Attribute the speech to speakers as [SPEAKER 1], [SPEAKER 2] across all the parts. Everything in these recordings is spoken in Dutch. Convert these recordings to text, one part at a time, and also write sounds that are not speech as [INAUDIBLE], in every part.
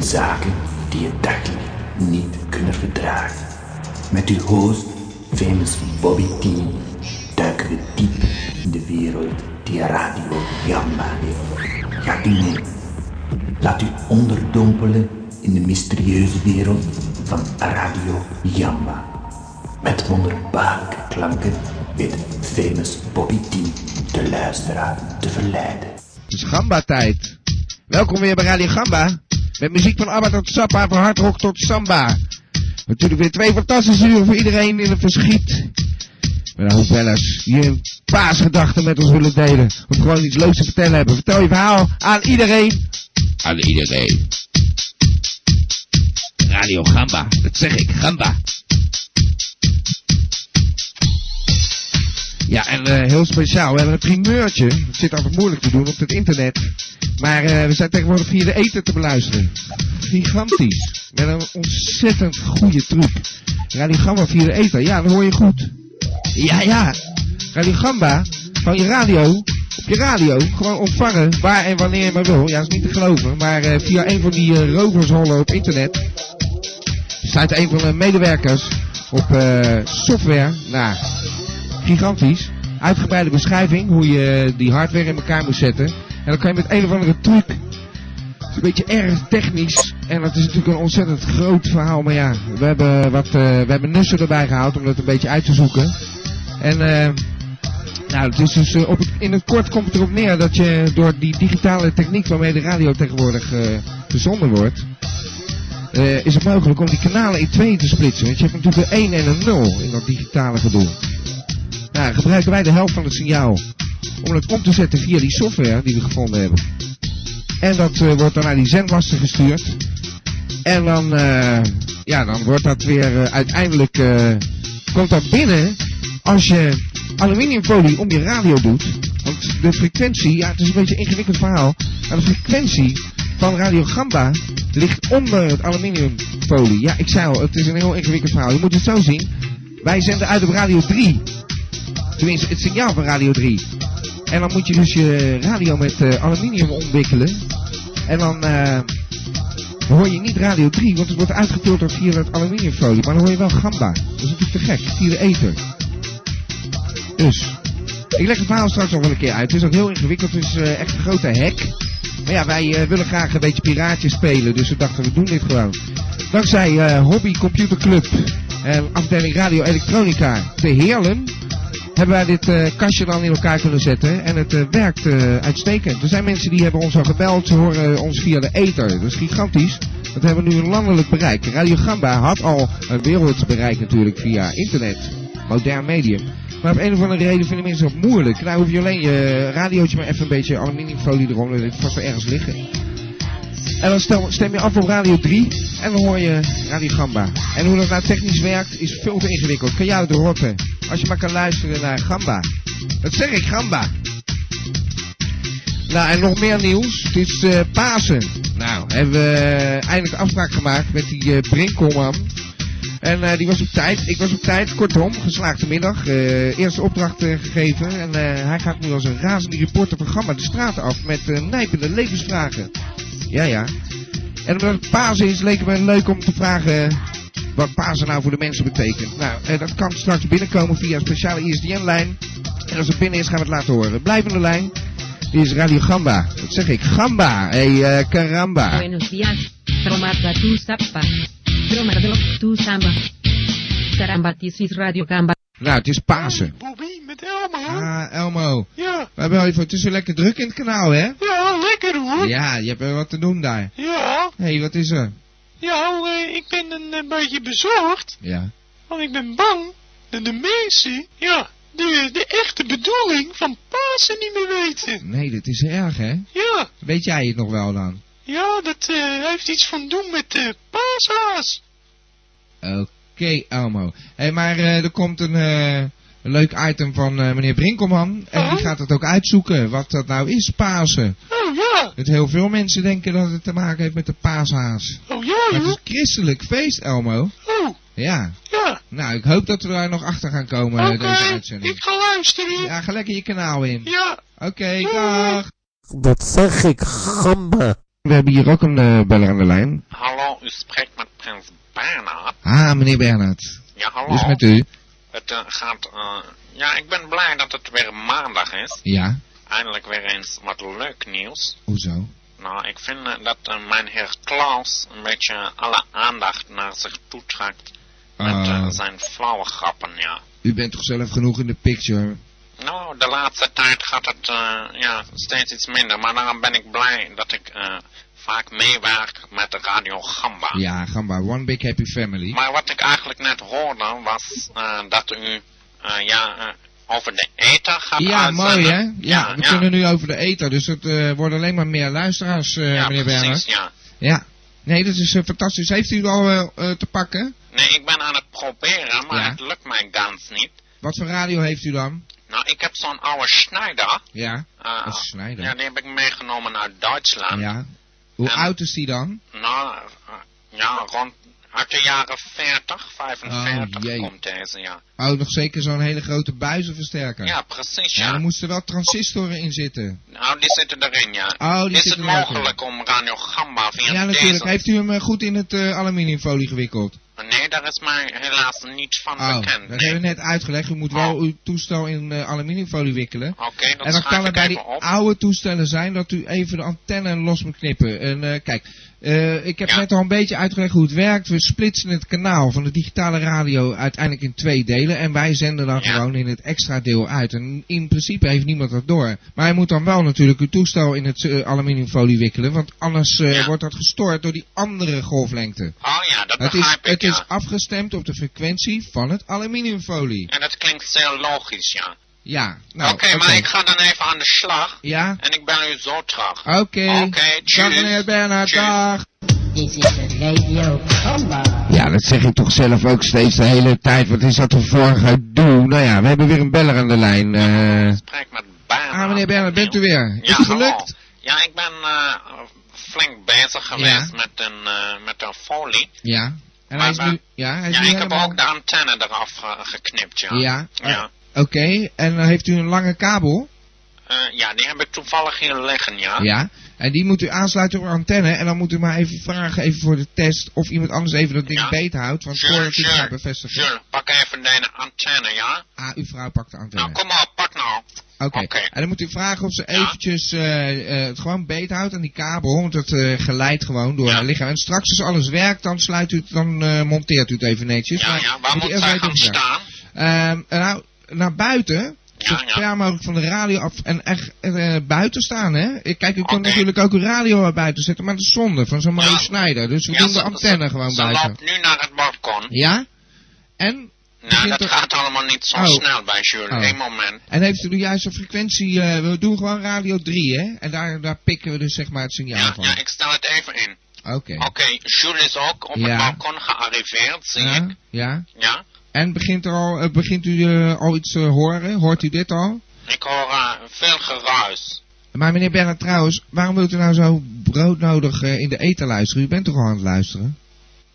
[SPEAKER 1] zaken die het daglicht niet kunnen verdragen. Met uw host, famous Bobby T, duiken we diep in de wereld die Radio Jamba heeft. Gaat u mee. Laat u onderdompelen in de mysterieuze wereld van Radio Jamba. Met wonderbaarlijke klanken weet famous Bobby T de luisteraar te verleiden.
[SPEAKER 2] Het is Gamba-tijd. Welkom weer bij Radio Gamba. Met muziek van ABBA tot Sappa, van hardrock tot samba. Natuurlijk weer twee fantastische uren voor iedereen in het verschiet. Met een hoop bellers die hun paasgedachten met ons willen delen. Of gewoon iets leuks te vertellen hebben. Vertel je verhaal aan iedereen. Aan iedereen. Radio Gamba, [LAUGHS] dat zeg ik, Gamba. Ja, en eh, heel speciaal. We hebben een primeurtje. Het zit altijd moeilijk te doen op het internet. Maar eh, we zijn tegenwoordig via de eten te beluisteren. Gigantisch. Met een ontzettend goede truc. Radio Gamba via de eten. Ja, dan hoor je goed. Ja, ja. Radio Gamba van je radio. Op je radio. Gewoon ontvangen. Waar en wanneer je maar wil. Ja, dat is niet te geloven. Maar eh, via een van die eh, rovershollen op internet staat een van de medewerkers op eh, software. Nou, gigantisch. Uitgebreide beschrijving hoe je die hardware in elkaar moet zetten. En dan kan je met een of andere truc. Het is een beetje erg technisch. En dat is natuurlijk een ontzettend groot verhaal. Maar ja, we hebben, wat, eh, we hebben Nussen erbij gehaald om dat een beetje uit te zoeken. En eh, nou, het is dus eh, op het- in het kort komt het erop neer dat je door die digitale techniek waarmee de radio tegenwoordig eh, gezonden wordt, eh, is het mogelijk om die kanalen in twee te splitsen. Want je hebt natuurlijk een 1 en een 0 in dat digitale gedoe. Nou, gebruiken wij de helft van het signaal om dat om te zetten via die software die we gevonden hebben. En dat eh, wordt dan naar die zendmasten gestuurd. En dan, eh, ja, dan wordt dat weer eh, uiteindelijk, eh, komt dat binnen als je aluminiumfolie om je radio doet. Want de frequentie, ja het is een beetje een ingewikkeld verhaal, maar de frequentie van Radio Gamba ligt onder het aluminiumfolie. Ja, ik zei al, het is een heel ingewikkeld verhaal. Je moet het zo zien, wij zenden uit op Radio 3. Tenminste, het signaal van Radio 3. En dan moet je dus je radio met eh, aluminium omwikkelen. En dan... eh, dan hoor je niet Radio 3, want het wordt uitgefilterd via dat aluminiumfolie. Maar dan hoor je wel gamba. Dat is natuurlijk te gek. Via de ether. Dus. Ik leg het verhaal straks nog wel een keer uit. Het is ook heel ingewikkeld. Het is eh, echt een grote hack. Maar ja, wij eh, willen graag een beetje piraatje spelen. Dus we dachten, we doen dit gewoon. Dankzij eh, Hobby Computer Club en afdeling Radio Elektronica te Heerlen... hebben wij dit eh, kastje dan in elkaar kunnen zetten. En het eh, werkt eh, uitstekend. Er zijn mensen die hebben ons al gebeld. Ze horen eh, ons via de ether. Dat is gigantisch. Dat hebben we nu een landelijk bereik. Radio Gamba had al een wereldbereik natuurlijk via internet modern medium. Maar op een of andere reden vinden mensen dat moeilijk. Nou hoef je alleen je radiootje maar even een beetje aluminiumfolie erom. Dat het vast wel ergens liggen. En dan stel, stem je af op radio 3 en dan hoor je Radio Gamba. En hoe dat nou technisch werkt is veel te ingewikkeld. Kan jou het rotten. Als je maar kan luisteren naar Gamba. Dat zeg ik, Gamba. Nou, en nog meer nieuws. Het is eh, Pasen. Nou, hebben we eh, eindelijk afspraak gemaakt met die eh Brinkelman. En eh, die was op tijd. Ik was op tijd. Kortom, geslaagde middag. Eh, eerste opdracht eh, gegeven. En eh, hij gaat nu als een razende reporter van Gamma de straat af. Met eh, nijpende levensvragen. Ja, ja. En omdat het Pasen is, leek het me leuk om te vragen wat Pasen nou voor de mensen betekent. Nou, eh, dat kan straks binnenkomen via een speciale E ISDN-lijn. En als het binnen is, gaan we het laten horen. Blijvende lijn. Die is Radio Gamba. Dat zeg ik. Gamba. Hé, hey, eh, karamba.
[SPEAKER 3] Buenos días, Tromata tu zapa. Tromadelo tu samba. Sarambatis Radio Gamba.
[SPEAKER 2] Nou, het is Pasen.
[SPEAKER 4] Bobby, met Elma.
[SPEAKER 2] Ah, Elmo.
[SPEAKER 4] Ja,
[SPEAKER 2] We hebben even, het is weer lekker druk in het kanaal, hè?
[SPEAKER 4] ja, lekker hoor.
[SPEAKER 2] Ja, je hebt wel wat te doen daar.
[SPEAKER 4] Ja,
[SPEAKER 2] Hé, hey, wat is er?
[SPEAKER 4] ja, eh, ik ben een eh, beetje bezorgd,
[SPEAKER 2] Ja.
[SPEAKER 4] want ik ben bang dat de mensen, ja, de, de echte bedoeling van Pasen niet meer weten.
[SPEAKER 2] Nee, dit is erg, hè?
[SPEAKER 4] Ja,
[SPEAKER 2] Weet jij het nog wel dan?
[SPEAKER 4] ja, dat eh, heeft iets van doen met eh paashaas.
[SPEAKER 2] Oké, Elmo. Hé, hey, maar eh, er komt een, eh, een leuk item van eh, meneer Brinkelman. En die
[SPEAKER 4] Oh.
[SPEAKER 2] gaat het ook uitzoeken, wat dat nou is, Pasen.
[SPEAKER 4] Oh ja,
[SPEAKER 2] Dat heel veel mensen denken dat het te maken heeft met de paashaas.
[SPEAKER 4] oh ja
[SPEAKER 2] Maar het
[SPEAKER 4] joh.
[SPEAKER 2] is christelijk feest, Elmo.
[SPEAKER 4] Oh,
[SPEAKER 2] Ja.
[SPEAKER 4] ja,
[SPEAKER 2] Nou, ik hoop dat we daar nog achter gaan komen, eh,
[SPEAKER 4] oké,
[SPEAKER 2] deze
[SPEAKER 4] ik
[SPEAKER 2] uitzending.
[SPEAKER 4] ga luisteren.
[SPEAKER 2] Ja, ga lekker je kanaal in.
[SPEAKER 4] Ja.
[SPEAKER 2] Oké, dag.
[SPEAKER 5] Dat zeg ik, gamba.
[SPEAKER 2] We hebben hier ook een eh, beller aan de lijn.
[SPEAKER 5] Hallo, u spreekt met prins Bernhard.
[SPEAKER 2] Ah, meneer Bernhard.
[SPEAKER 5] Ja, hallo.
[SPEAKER 2] Dus met u?
[SPEAKER 5] Het eh, gaat... eh, ja, ik ben blij dat het weer maandag is.
[SPEAKER 2] Ja.
[SPEAKER 5] Eindelijk weer eens wat leuk nieuws.
[SPEAKER 2] Hoezo?
[SPEAKER 5] Nou, ik vind eh, dat eh, mijn heer Klaus een beetje alle aandacht naar zich toetrekt met eh,
[SPEAKER 2] Ah,
[SPEAKER 5] zijn flauwe grappen, ja.
[SPEAKER 2] u bent toch zelf genoeg in de picture?
[SPEAKER 5] Nou, de laatste tijd gaat het eh, ja, steeds iets minder, maar daarom ben ik blij dat ik eh, vaak meewerk met de Radio Gamba.
[SPEAKER 2] Ja, Gamba, one big happy family.
[SPEAKER 5] Maar wat ik eigenlijk net hoorde was eh, dat u eh, ja, eh, over de ether gaat
[SPEAKER 2] Ja,
[SPEAKER 5] uitzenden.
[SPEAKER 2] mooi hè? Ja, we
[SPEAKER 5] ja.
[SPEAKER 2] kunnen nu over de ether, dus het eh, worden alleen maar meer luisteraars, eh,
[SPEAKER 5] ja,
[SPEAKER 2] meneer Bernhard.
[SPEAKER 5] precies, ja.
[SPEAKER 2] Ja. Nee, dat is eh, fantastisch. Heeft u het al eh, eh, te pakken?
[SPEAKER 5] Nee, ik ben aan het proberen, maar
[SPEAKER 2] Ja.
[SPEAKER 5] het lukt mij gans niet.
[SPEAKER 2] Wat voor radio heeft u dan?
[SPEAKER 5] Nou, ik heb zo'n oude Schneider.
[SPEAKER 2] Ja,
[SPEAKER 5] eh,
[SPEAKER 2] dat is Oh, Schneider.
[SPEAKER 5] ja, die heb ik meegenomen uit Duitsland.
[SPEAKER 2] Ja. Hoe
[SPEAKER 5] En-
[SPEAKER 2] oud is die dan?
[SPEAKER 5] Nou, eh, ja, rond uit de jaren 40,
[SPEAKER 2] Oh,
[SPEAKER 5] 45
[SPEAKER 2] jee.
[SPEAKER 5] komt deze, ja.
[SPEAKER 2] Oh, nog zeker zo'n hele grote buizenversterker.
[SPEAKER 5] Ja, precies,
[SPEAKER 2] Ja,
[SPEAKER 5] ja.
[SPEAKER 2] er moesten wel transistoren in zitten.
[SPEAKER 5] Nou, die zitten erin, ja.
[SPEAKER 2] Oh, die
[SPEAKER 5] Is het
[SPEAKER 2] zitten er ook in.
[SPEAKER 5] mogelijk om Radio Gamba via
[SPEAKER 2] Ja, natuurlijk.
[SPEAKER 5] deze...
[SPEAKER 2] Heeft u hem eh, goed in het eh, aluminiumfolie gewikkeld?
[SPEAKER 5] Nee, daar is mij helaas niets van
[SPEAKER 2] Oh, dat
[SPEAKER 5] bekend.
[SPEAKER 2] hebben
[SPEAKER 5] nee.
[SPEAKER 2] we net uitgelegd. U moet wel uw toestel in eh, aluminiumfolie wikkelen.
[SPEAKER 5] Oké, dat
[SPEAKER 2] En dan
[SPEAKER 5] schrijf
[SPEAKER 2] kan het
[SPEAKER 5] ik
[SPEAKER 2] bij die
[SPEAKER 5] even op.
[SPEAKER 2] oude toestellen zijn dat u even de antenne los moet knippen. En eh, kijk, eh, ik heb
[SPEAKER 5] Ja.
[SPEAKER 2] net al een beetje uitgelegd hoe het werkt. We splitsen het kanaal van de digitale radio uiteindelijk in twee delen. En wij zenden dan
[SPEAKER 5] Ja.
[SPEAKER 2] gewoon in het extra deel uit. En in principe heeft niemand dat door. Maar hij moet dan wel natuurlijk uw toestel in het eh, aluminiumfolie wikkelen. Want anders eh,
[SPEAKER 5] Ja.
[SPEAKER 2] wordt dat gestoord door die andere golflengte.
[SPEAKER 5] Oh ja, dat
[SPEAKER 2] Het is,
[SPEAKER 5] begrijp ik,
[SPEAKER 2] het
[SPEAKER 5] ja.
[SPEAKER 2] is afgestemd op de frequentie van het aluminiumfolie.
[SPEAKER 5] En dat klinkt zeer logisch, ja.
[SPEAKER 2] Ja, nou.
[SPEAKER 5] oké, maar ik ga dan even aan de slag.
[SPEAKER 2] Ja? Oh,
[SPEAKER 5] En ik ben u zo terug.
[SPEAKER 2] Oké.
[SPEAKER 5] Oké,
[SPEAKER 2] Dag
[SPEAKER 5] tjus.
[SPEAKER 2] meneer Bernhard,
[SPEAKER 5] Tjus.
[SPEAKER 2] dag.
[SPEAKER 6] Dit is de Radio Gamba.
[SPEAKER 2] Ja, dat zeg ik toch zelf ook steeds de hele tijd. Wat is dat voor vorige doel? Nou ja, we hebben weer een beller aan de lijn. eh.
[SPEAKER 5] Spreek met Bernhard.
[SPEAKER 2] Ah, meneer Bernhard, bent u weer? Is
[SPEAKER 5] Ja,
[SPEAKER 2] het
[SPEAKER 5] hallo.
[SPEAKER 2] gelukt?
[SPEAKER 5] Ja, ik ben eh, flink bezig geweest met, een, eh, met een folie.
[SPEAKER 2] Ja. En hij
[SPEAKER 5] Maar,
[SPEAKER 2] is
[SPEAKER 5] maar-
[SPEAKER 2] nu... Ja, hij is
[SPEAKER 5] Ja,
[SPEAKER 2] nu
[SPEAKER 5] ik heb
[SPEAKER 2] helemaal-
[SPEAKER 5] ook de antenne eraf ge- geknipt, ja.
[SPEAKER 2] Ja.
[SPEAKER 5] Ja.
[SPEAKER 2] Oké, en dan heeft u een lange kabel?
[SPEAKER 5] Eh, ja, die heb ik toevallig hier liggen, ja.
[SPEAKER 2] Ja. En die moet u aansluiten op uw antenne. En dan moet u maar even vragen, even voor de test, of iemand anders even dat ding
[SPEAKER 5] Ja.
[SPEAKER 2] beet houdt. Want
[SPEAKER 5] Sure,
[SPEAKER 2] voordat u het
[SPEAKER 5] sure,
[SPEAKER 2] gaat bevestigen.
[SPEAKER 5] Jules, pak even deze antenne, ja?
[SPEAKER 2] Ah, uw vrouw pakt de antenne.
[SPEAKER 5] Nou, kom op, pak nou.
[SPEAKER 2] Oké.
[SPEAKER 5] Oké.
[SPEAKER 2] En dan moet u vragen of ze
[SPEAKER 5] Ja.
[SPEAKER 2] eventjes eh, eh, het gewoon beet houdt aan die kabel. Want het eh, geleidt gewoon door
[SPEAKER 5] Ja.
[SPEAKER 2] haar lichaam. En straks als alles werkt, dan, sluit u het, dan eh, monteert u het even netjes.
[SPEAKER 5] Ja,
[SPEAKER 2] Maar
[SPEAKER 5] ja, waar moet
[SPEAKER 2] u eerst
[SPEAKER 5] zij
[SPEAKER 2] weten
[SPEAKER 5] gaan
[SPEAKER 2] of het werkt.
[SPEAKER 5] staan?
[SPEAKER 2] Ehm, en nou, naar buiten.
[SPEAKER 5] Ja,
[SPEAKER 2] zo
[SPEAKER 5] ja.
[SPEAKER 2] ver mogelijk van de radio af. En echt eh, buiten staan, hè? Ik- Kijk, u kan
[SPEAKER 5] Oké.
[SPEAKER 2] natuurlijk ook uw radio naar buiten zetten. Maar dat is zonde van zo'n mooie
[SPEAKER 5] Ja.
[SPEAKER 2] snijder. Dus we
[SPEAKER 5] Ja,
[SPEAKER 2] doen de
[SPEAKER 5] ze-
[SPEAKER 2] antenne
[SPEAKER 5] ze-
[SPEAKER 2] gewoon
[SPEAKER 5] ze
[SPEAKER 2] buiten.
[SPEAKER 5] loopt nu naar het balkon.
[SPEAKER 2] Ja? En,
[SPEAKER 5] Nou,
[SPEAKER 2] begint
[SPEAKER 5] dat
[SPEAKER 2] er-
[SPEAKER 5] gaat allemaal niet zo
[SPEAKER 2] Oh.
[SPEAKER 5] snel bij Jules.
[SPEAKER 2] Oh.
[SPEAKER 5] Eén moment.
[SPEAKER 2] en heeft u de juiste frequentie? eh, we doen gewoon radio 3, hè? En daar, daar pikken we dus zeg maar het signaal
[SPEAKER 5] Ja,
[SPEAKER 2] van.
[SPEAKER 5] ja, ik stel het even in.
[SPEAKER 2] Oké.
[SPEAKER 5] Oké, Jules is ook op
[SPEAKER 2] Ja.
[SPEAKER 5] het balkon gearriveerd, zie
[SPEAKER 2] Ja,
[SPEAKER 5] ik.
[SPEAKER 2] ja.
[SPEAKER 5] Ja,
[SPEAKER 2] En begint, er al, eh, begint u eh, al iets te horen? Hoort u dit al?
[SPEAKER 5] ik hoor eh, veel geruis.
[SPEAKER 2] Maar meneer Bernhard, trouwens, waarom wilt u nou zo broodnodig eh, in de eten luisteren? U bent toch al aan het luisteren?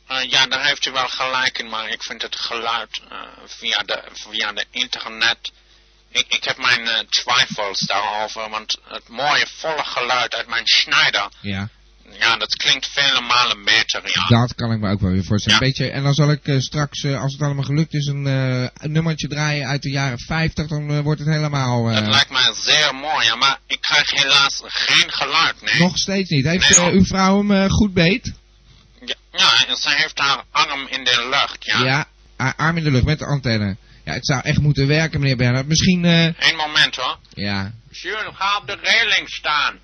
[SPEAKER 5] Eh, ja, daar heeft u wel gelijk in, maar ik vind het geluid eh, via, de, via de internet. Ik, ik heb mijn eh, twijfels daarover, want het mooie volle geluid uit mijn Schneider,
[SPEAKER 2] Ja.
[SPEAKER 5] ja, dat klinkt vele malen beter, ja.
[SPEAKER 2] Dat kan ik me ook wel weer voorstellen.
[SPEAKER 5] Ja.
[SPEAKER 2] Een beetje, en dan zal ik eh, straks, eh, als het allemaal gelukt is, een eh, een nummertje draaien uit de jaren 50. Dan eh, wordt het helemaal... eh,
[SPEAKER 5] Dat lijkt mij zeer mooi, ja, maar ik krijg helaas geen geluid, nee.
[SPEAKER 2] nog steeds niet. Heeft
[SPEAKER 5] Nee.
[SPEAKER 2] eh, uw vrouw hem eh, goed beet?
[SPEAKER 5] Ja, ja, en ze heeft haar arm in de lucht, ja.
[SPEAKER 2] Ah, Arm in de lucht met de antenne. Ja, het zou echt moeten werken, meneer Bernhard. Misschien... eh,
[SPEAKER 5] Eén moment hoor.
[SPEAKER 2] ja,
[SPEAKER 5] Jules, ga op de reling staan.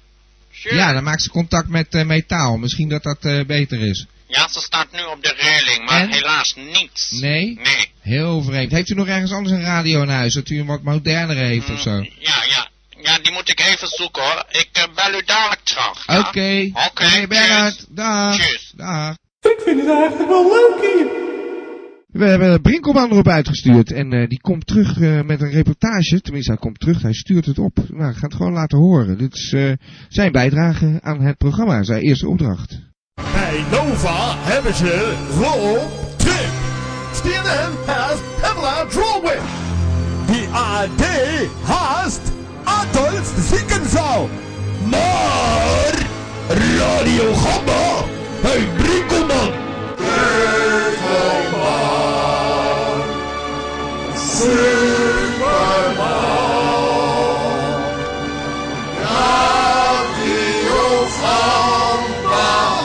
[SPEAKER 5] Jules.
[SPEAKER 2] Ja, dan maakt ze contact met eh, metaal. Misschien dat dat eh, beter is.
[SPEAKER 5] Ja, ze staat nu op de reling, maar
[SPEAKER 2] En?
[SPEAKER 5] helaas niets.
[SPEAKER 2] Nee?
[SPEAKER 5] Nee.
[SPEAKER 2] Heel vreemd. Heeft u nog ergens anders een radio in huis? Dat u een wat moderner heeft of zo?
[SPEAKER 5] Mm, Ja, ja. Ja, die moet ik even zoeken hoor. Ik eh, bel u dadelijk terug. ja?
[SPEAKER 2] Oké.
[SPEAKER 5] Oké, dus.
[SPEAKER 2] Meneer Bernhard, dag.
[SPEAKER 5] Tjus.
[SPEAKER 2] Dag.
[SPEAKER 7] Ik vind het eigenlijk wel leuk hier.
[SPEAKER 2] We hebben Brinkelman erop uitgestuurd. En eh, die komt terug eh, met een reportage. Tenminste, hij komt terug. Hij stuurt het op. Nou, ik ga het gewoon laten horen. Dit is eh, zijn bijdrage aan het programma. Zijn eerste opdracht.
[SPEAKER 7] Bij Nova hebben ze roll tip. CNN has Pamela Drawin. Die AD haast Adolf Ziekenzal. Maar Radio Gamma. Hey, Brinkelman. Brinkelman. Superman. Radio Gamma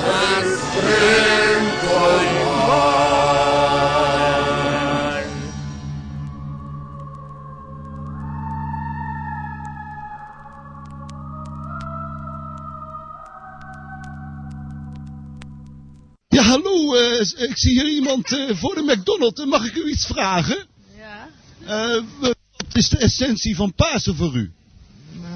[SPEAKER 7] is Brinkelman.
[SPEAKER 8] Ja, hallo. eh, ik zie hier iemand eh, voor de McDonald's. Eh, Mag ik u iets vragen?
[SPEAKER 9] Ja.
[SPEAKER 8] Eh, wat is de essentie van Pasen voor u?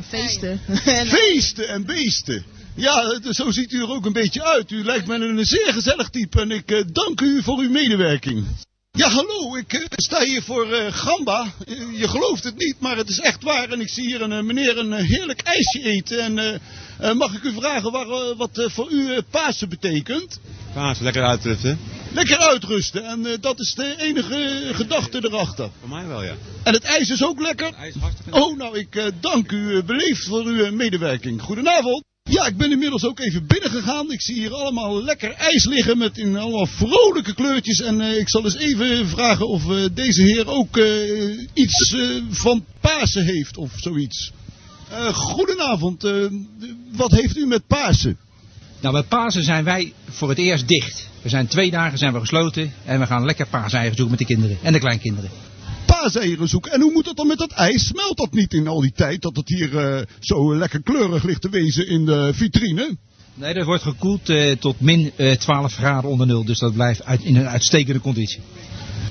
[SPEAKER 9] feesten. [LAUGHS]
[SPEAKER 8] Feesten en beesten. Ja, het- zo ziet u er ook een beetje uit. U lijkt mij een zeer gezellig type en ik eh, dank u voor uw medewerking. Ja, hallo, ik eh, sta hier voor eh, Gamba. Eh, je gelooft het niet, maar het is echt waar. En ik zie hier een eh, meneer een eh, heerlijk ijsje eten. En eh, eh, mag ik u vragen waar, eh, wat eh, voor u eh, Pasen betekent?
[SPEAKER 10] Paas, lekker uitrusten.
[SPEAKER 8] Lekker uitrusten. En eh, dat is de enige eh, gedachte erachter.
[SPEAKER 10] Voor mij wel, ja.
[SPEAKER 8] En het ijs is ook lekker? Oh, nou, ik eh, dank u eh, beleefd voor uw eh, medewerking. Goedenavond. Ja, ik ben inmiddels ook even binnengegaan. Ik zie hier allemaal lekker ijs liggen met in allemaal vrolijke kleurtjes. En eh, ik zal eens even vragen of eh, deze heer ook eh, iets eh, van Pasen heeft of zoiets. Eh, goedenavond. eh, wat heeft u met Pasen?
[SPEAKER 11] Nou, bij Pasen zijn wij voor het eerst dicht. We zijn twee dagen zijn we gesloten en we gaan lekker paaseieren zoeken met de kinderen en de kleinkinderen.
[SPEAKER 8] paaseieren zoeken. En hoe moet dat dan met dat ijs? Smelt dat niet in al die tijd dat het hier eh, zo lekker kleurig ligt te wezen in de vitrine?
[SPEAKER 11] Nee, dat wordt gekoeld eh, tot min eh, 12 graden onder nul, dus dat blijft uit, in een uitstekende conditie.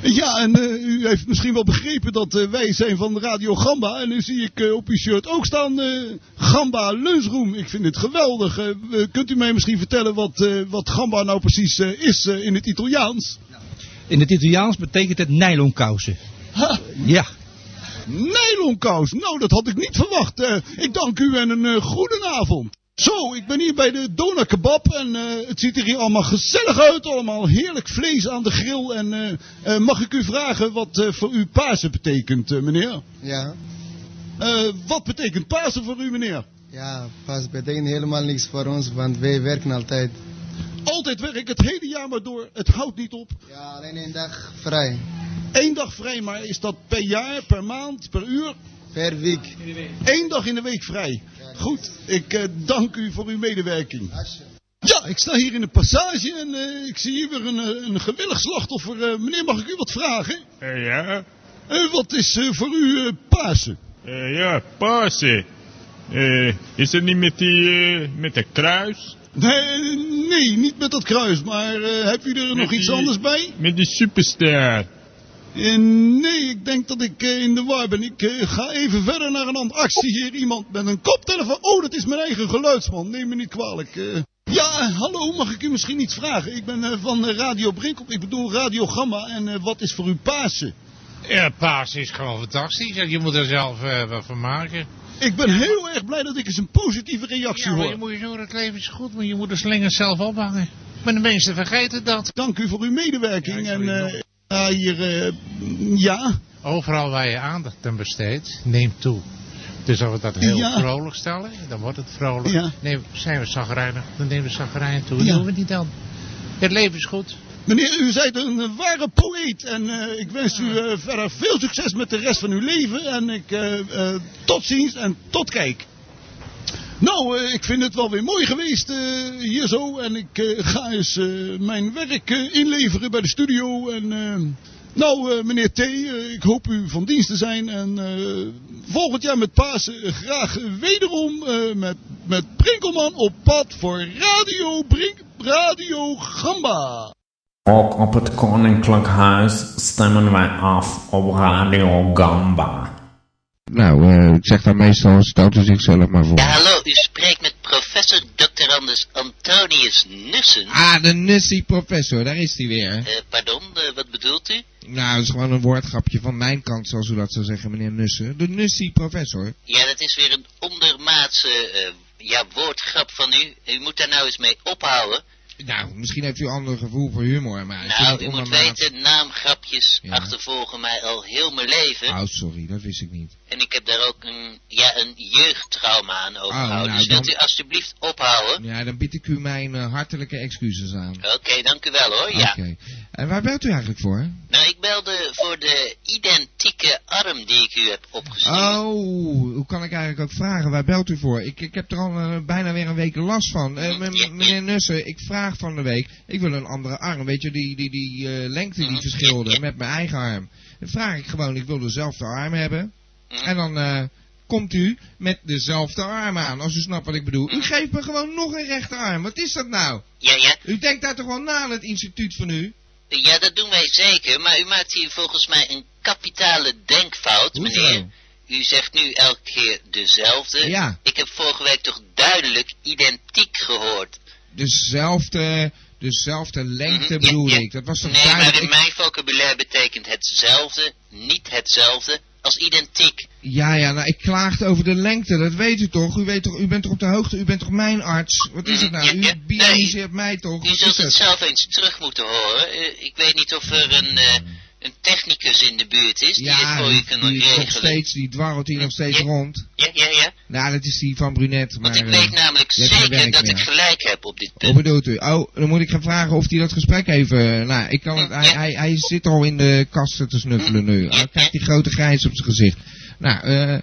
[SPEAKER 8] Ja, en eh, u heeft misschien wel begrepen dat eh, wij zijn van Radio Gamba. En nu zie ik eh, op uw shirt ook staan eh, Gamba Lunchroom. Ik vind dit geweldig. Eh, eh, kunt u mij misschien vertellen wat, eh, wat Gamba nou precies eh, is eh, in het Italiaans?
[SPEAKER 11] In het Italiaans betekent het nylonkousen.
[SPEAKER 8] Ha,
[SPEAKER 11] Ja,
[SPEAKER 8] Nylonkous, nou dat had ik niet verwacht. Eh, ik dank u en een eh goedenavond. Zo, ik ben hier bij de Dona Kebab en eh, het ziet er hier allemaal gezellig uit. Allemaal heerlijk vlees aan de grill. En eh, eh, mag ik u vragen wat eh, voor u Pasen betekent, eh, meneer?
[SPEAKER 12] Ja,
[SPEAKER 8] Eh, wat betekent Pasen voor u, meneer?
[SPEAKER 12] ja, pas betekent helemaal niks voor ons, want wij werken altijd
[SPEAKER 8] Altijd werk, het hele jaar maar door. Het houdt niet op.
[SPEAKER 12] Ja, alleen één dag vrij.
[SPEAKER 8] Eén dag vrij, maar is dat per jaar, per maand, per uur?
[SPEAKER 12] Per week.
[SPEAKER 8] Eén dag in de week vrij. Goed, ik eh, dank u voor uw medewerking. Ja, ik sta hier in de passage en eh, ik zie hier weer een, eh, een gewillig slachtoffer. Eh, meneer, mag ik u wat vragen?
[SPEAKER 13] ja?
[SPEAKER 8] Eh, wat is eh, voor u eh, Pasen?
[SPEAKER 13] Eh, ja, Pasen. Eh, is het niet met die, eh, met de kruis?
[SPEAKER 8] Nee, eh, nee, niet met dat kruis, maar eh hebt u er nog iets anders bij?
[SPEAKER 13] Met die superster.
[SPEAKER 8] Eh, nee, ik denk dat ik eh, in de war ben. Ik eh, ga even verder naar een ander. Ach, zie hier iemand met een koptelefoon. Oh, dat is mijn eigen geluidsman. Neem me niet kwalijk. eh. Ja, eh, hallo, mag ik u misschien iets vragen? Ik ben eh, van eh, Radio Brinkel. Ik bedoel Radio Gamma. En eh, wat is voor u Pasen?
[SPEAKER 14] Ja, paas is gewoon fantastisch. En je moet er zelf eh, wat van maken.
[SPEAKER 8] Ik ben heel erg blij dat ik eens een positieve reactie
[SPEAKER 14] Ja, maar
[SPEAKER 8] hoor.
[SPEAKER 14] je moet je zo, het leven is goed, maar je moet de slingers zelf ophangen. Maar de mensen vergeten dat.
[SPEAKER 8] Dank u voor uw medewerking. en eh, ah, hier, eh, ja.
[SPEAKER 14] Overal waar je aandacht aan besteedt, neemt toe. Dus als we dat heel
[SPEAKER 8] Ja.
[SPEAKER 14] vrolijk stellen, dan wordt het vrolijk.
[SPEAKER 8] Ja.
[SPEAKER 14] Nee, zijn we zagrijnig, dan nemen we zagrijn toe.
[SPEAKER 8] Ja.
[SPEAKER 14] Dat doen we niet dan. Het leven is goed.
[SPEAKER 8] Meneer, u zijt een eh, ware poëet en eh, ik wens u eh, verder veel succes met de rest van uw leven. En ik, eh, eh, tot ziens en tot kijk. Nou, eh, ik vind het wel weer mooi geweest eh, hier zo. En ik eh, ga eens eh, mijn werk eh, inleveren bij de studio. En, eh, nou, eh, meneer T, eh, ik hoop u van dienst te zijn. En eh, volgend jaar met Pasen eh, graag wederom eh, met, met Prinkelman op pad voor Radio, Brink, Radio Gamba.
[SPEAKER 15] Ook op het Koninklijk Huis stemmen wij af op Radio Gamba.
[SPEAKER 2] Nou, eh, ik zeg dan meestal, stout u zichzelf maar voor.
[SPEAKER 16] Hallo, u spreekt met professor doctorandus Antonius Nussen.
[SPEAKER 10] Ah, de Nussie professor, daar is hij weer.
[SPEAKER 16] Eh, pardon, eh, wat bedoelt u?
[SPEAKER 10] Nou, dat is gewoon een woordgrapje van mijn kant, zoals u dat zou zeggen, meneer Nussen. De Nussie professor.
[SPEAKER 16] Ja, dat is weer een ondermaatse eh, ja, woordgrap van u. U moet daar nou eens mee ophouden.
[SPEAKER 2] Nou, misschien heeft u een ander gevoel voor humor, maar... ik vind het
[SPEAKER 16] Nou, u moet
[SPEAKER 2] ondermaats-
[SPEAKER 16] weten, naamgrapjes
[SPEAKER 2] Ja.
[SPEAKER 16] achtervolgen mij al heel mijn leven.
[SPEAKER 2] Oh, sorry, dat wist ik niet.
[SPEAKER 16] En ik heb daar ook een, ja, een jeugdtrauma aan overgehouden.
[SPEAKER 2] nou,
[SPEAKER 16] dus wilt
[SPEAKER 2] dan-
[SPEAKER 16] u alsjeblieft ophouden?
[SPEAKER 2] Ja, dan bied ik u mijn eh, hartelijke excuses aan.
[SPEAKER 16] Oké, dank u wel hoor, ja.
[SPEAKER 2] Oké. En waar belt u eigenlijk voor?
[SPEAKER 16] Nou, ik belde voor de identieke arm die ik u heb opgestuurd.
[SPEAKER 2] Oh, hoe kan ik eigenlijk ook vragen? Waar belt u voor? Ik, ik heb er al eh, bijna weer een week last van. Eh, m- m- meneer Nussen, ik vraag van de week. Ik wil een andere arm. Weet je, die, die, die eh, lengte die verschilde met mijn eigen arm. Dan vraag ik gewoon, ik wil dezelfde arm hebben. En dan eh, komt u met dezelfde arm aan, als u snapt wat ik bedoel. U geeft me gewoon nog een rechterarm. Wat is dat nou?
[SPEAKER 16] Ja, ja.
[SPEAKER 2] U denkt daar toch wel na aan het instituut van u?
[SPEAKER 16] Ja, dat doen wij zeker, maar u maakt hier volgens mij een kapitale denkfout,
[SPEAKER 2] Hoezo?
[SPEAKER 16] meneer. U zegt nu elke keer dezelfde.
[SPEAKER 2] Ja.
[SPEAKER 16] Ik heb vorige week toch duidelijk identiek gehoord.
[SPEAKER 2] Dezelfde, dezelfde lengte
[SPEAKER 16] Mhm, ja,
[SPEAKER 2] bedoel
[SPEAKER 16] ja.
[SPEAKER 2] ik. Dat was toch
[SPEAKER 16] nee, maar
[SPEAKER 2] duidelijk?
[SPEAKER 16] in
[SPEAKER 2] Ik-
[SPEAKER 16] mijn vocabulaire betekent hetzelfde, niet hetzelfde, als identiek.
[SPEAKER 2] Ja, ja, nou, ik klaagde over de lengte, dat weet u toch? U, weet toch? u bent toch op de hoogte, u bent toch mijn arts? Wat is het nou? U bioniseert mij toch?
[SPEAKER 16] U
[SPEAKER 2] Wat
[SPEAKER 16] zult
[SPEAKER 2] is
[SPEAKER 16] het
[SPEAKER 2] het?
[SPEAKER 16] zelf eens terug moeten horen. Eh, ik weet niet of er een, eh, een technicus in de buurt is die het voor u kan
[SPEAKER 2] die is nog
[SPEAKER 16] regelen.
[SPEAKER 2] steeds, die dwarrelt hier nog steeds rond.
[SPEAKER 16] Ja, ja, ja.
[SPEAKER 2] Nou, dat is die van Brunet, maar...
[SPEAKER 16] Want ik weet
[SPEAKER 2] eh,
[SPEAKER 16] namelijk
[SPEAKER 2] die heeft geen
[SPEAKER 16] zeker
[SPEAKER 2] werk
[SPEAKER 16] dat
[SPEAKER 2] meer.
[SPEAKER 16] ik gelijk heb op dit
[SPEAKER 2] Hoe bedoelt u? Oh, dan moet ik gaan vragen of hij dat gesprek even... Nou, ik kan het... Hij, hij, hij zit al in de kasten te snuffelen nu. Oh, kijk die grote grijs op zijn gezicht. Nou, eh...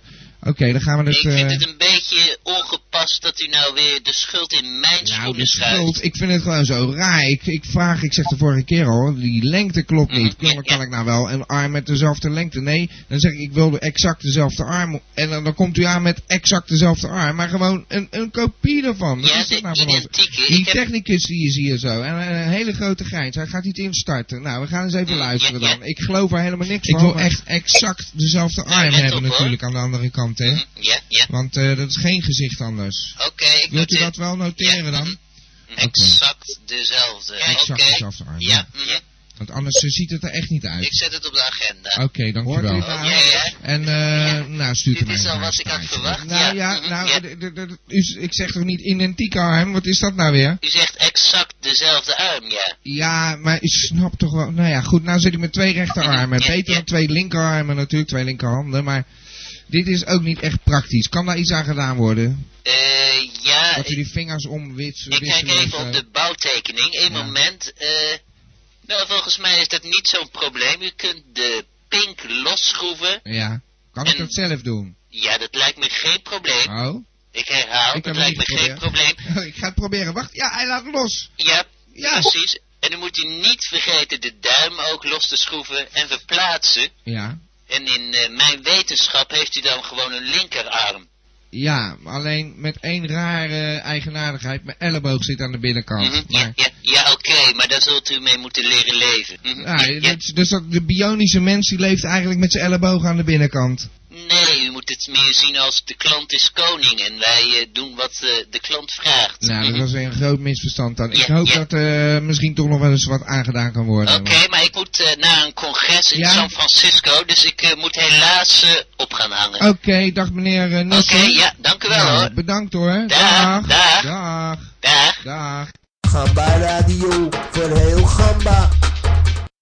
[SPEAKER 2] Oké, dan gaan we het...
[SPEAKER 16] Ik vind
[SPEAKER 2] eh,
[SPEAKER 16] het een beetje ongepast dat u nou weer de schuld in mijn
[SPEAKER 5] Nou,
[SPEAKER 16] schoenen schuift.
[SPEAKER 2] Nou, schuld. Ik vind het gewoon zo raar. Ik, ik vraag, ik zeg de vorige keer al, die lengte klopt
[SPEAKER 16] Mhm.
[SPEAKER 2] niet. Kan, kan ik nou wel een arm met dezelfde lengte? Nee, dan zeg ik, ik wil de exact dezelfde arm. En dan, dan komt u aan met exact dezelfde arm, maar gewoon een, een kopie ervan. Wat is dat nou van ons? Die technicus die is hier zo. En een hele grote grijns. Hij gaat niet instarten. Nou, we gaan eens even luisteren dan. Ik geloof er helemaal niks
[SPEAKER 17] Ik
[SPEAKER 2] van.
[SPEAKER 17] wil
[SPEAKER 2] maar-
[SPEAKER 17] echt
[SPEAKER 2] exact dezelfde
[SPEAKER 17] arm
[SPEAKER 2] arm
[SPEAKER 17] hebben natuurlijk.
[SPEAKER 2] aan de andere kant, hè? Want eh, dat is geen gezicht anders.
[SPEAKER 16] Oké, ik
[SPEAKER 2] Wilt u
[SPEAKER 16] noteer-
[SPEAKER 2] dat wel noteren dan?
[SPEAKER 16] Exact dezelfde.
[SPEAKER 2] Exact
[SPEAKER 16] Oké.
[SPEAKER 2] dezelfde arm,
[SPEAKER 16] Ja,
[SPEAKER 2] ja.
[SPEAKER 16] mhm.
[SPEAKER 2] Want anders eh, ziet het er echt niet uit.
[SPEAKER 16] ik zet het op de agenda.
[SPEAKER 2] Oké, dankjewel.
[SPEAKER 16] Hoort u het nou? Ja, ja.
[SPEAKER 2] En eh, nou, stuurt u
[SPEAKER 16] Dit
[SPEAKER 2] mij
[SPEAKER 16] is al
[SPEAKER 2] maar
[SPEAKER 16] wat
[SPEAKER 2] een
[SPEAKER 16] ik mhm, had
[SPEAKER 2] kaartje.
[SPEAKER 16] verwacht.
[SPEAKER 2] Nou ja, nou, d- d- d- u, z- ik zeg toch niet identiek arm? Wat is dat nou weer?
[SPEAKER 16] U zegt exact dezelfde arm, ja.
[SPEAKER 2] Ja, maar u snapt toch wel... Nou ja, goed, nou zit ik met twee
[SPEAKER 16] [LAUGHS]
[SPEAKER 2] rechterarmen.
[SPEAKER 16] Ja,
[SPEAKER 2] Beter
[SPEAKER 16] ja.
[SPEAKER 2] dan twee linkerarmen natuurlijk, twee linkerhanden. Maar dit is ook niet echt praktisch. Kan daar iets aan gedaan worden?
[SPEAKER 16] Eh, ja,
[SPEAKER 2] Dat u
[SPEAKER 16] ik,
[SPEAKER 2] die vingers omwitsen.
[SPEAKER 16] ik kijk even op de bouwtekening. Eén
[SPEAKER 2] Ja.
[SPEAKER 16] moment. eh, nou, volgens mij is dat niet zo'n probleem. U kunt de pink losschroeven.
[SPEAKER 2] Ja. Kan ik dat zelf doen?
[SPEAKER 16] Ja, dat lijkt me geen probleem.
[SPEAKER 2] Oh? [LAUGHS]
[SPEAKER 16] Ik herhaal,
[SPEAKER 2] Ik
[SPEAKER 16] dat
[SPEAKER 2] heb
[SPEAKER 16] lijkt me
[SPEAKER 2] het niet
[SPEAKER 16] geen probleem.
[SPEAKER 2] ik ga het proberen. Wacht, ja, hij laat los.
[SPEAKER 16] Ja, precies. En dan moet u niet vergeten de duim ook los te schroeven en verplaatsen.
[SPEAKER 2] Ja.
[SPEAKER 16] En in eh, mijn wetenschap heeft u dan gewoon een linkerarm.
[SPEAKER 2] Ja, alleen met één rare eigenaardigheid. Mijn elleboog zit aan de binnenkant. Maar,
[SPEAKER 16] Mhm. Ja, ja oké, maar daar zult u mee moeten leren leven. Mhm.
[SPEAKER 2] ja, dus, dus dat, de bionische mens die leeft eigenlijk met zijn elleboog aan de binnenkant.
[SPEAKER 16] Nee, u moet het meer zien als de klant is koning en wij eh, doen wat eh, de klant vraagt. Mhm.
[SPEAKER 2] Nou, dat was weer een groot misverstand dan. Ik hoop dat eh misschien toch nog wel eens wat aangedaan kan worden.
[SPEAKER 16] Oké, maar ik moet eh, naar een congres in
[SPEAKER 2] Ja?
[SPEAKER 16] San Francisco, dus ik eh, moet helaas eh, op gaan hangen.
[SPEAKER 2] Oké, dag meneer eh, Nussen.
[SPEAKER 16] Oké, ja, dank u wel,
[SPEAKER 2] Nou,
[SPEAKER 16] hoor.
[SPEAKER 2] Bedankt hoor.
[SPEAKER 16] Dag, dag.
[SPEAKER 2] Dag.
[SPEAKER 16] Dag.
[SPEAKER 2] Dag.
[SPEAKER 18] Gamba Radio voor heel Gamba.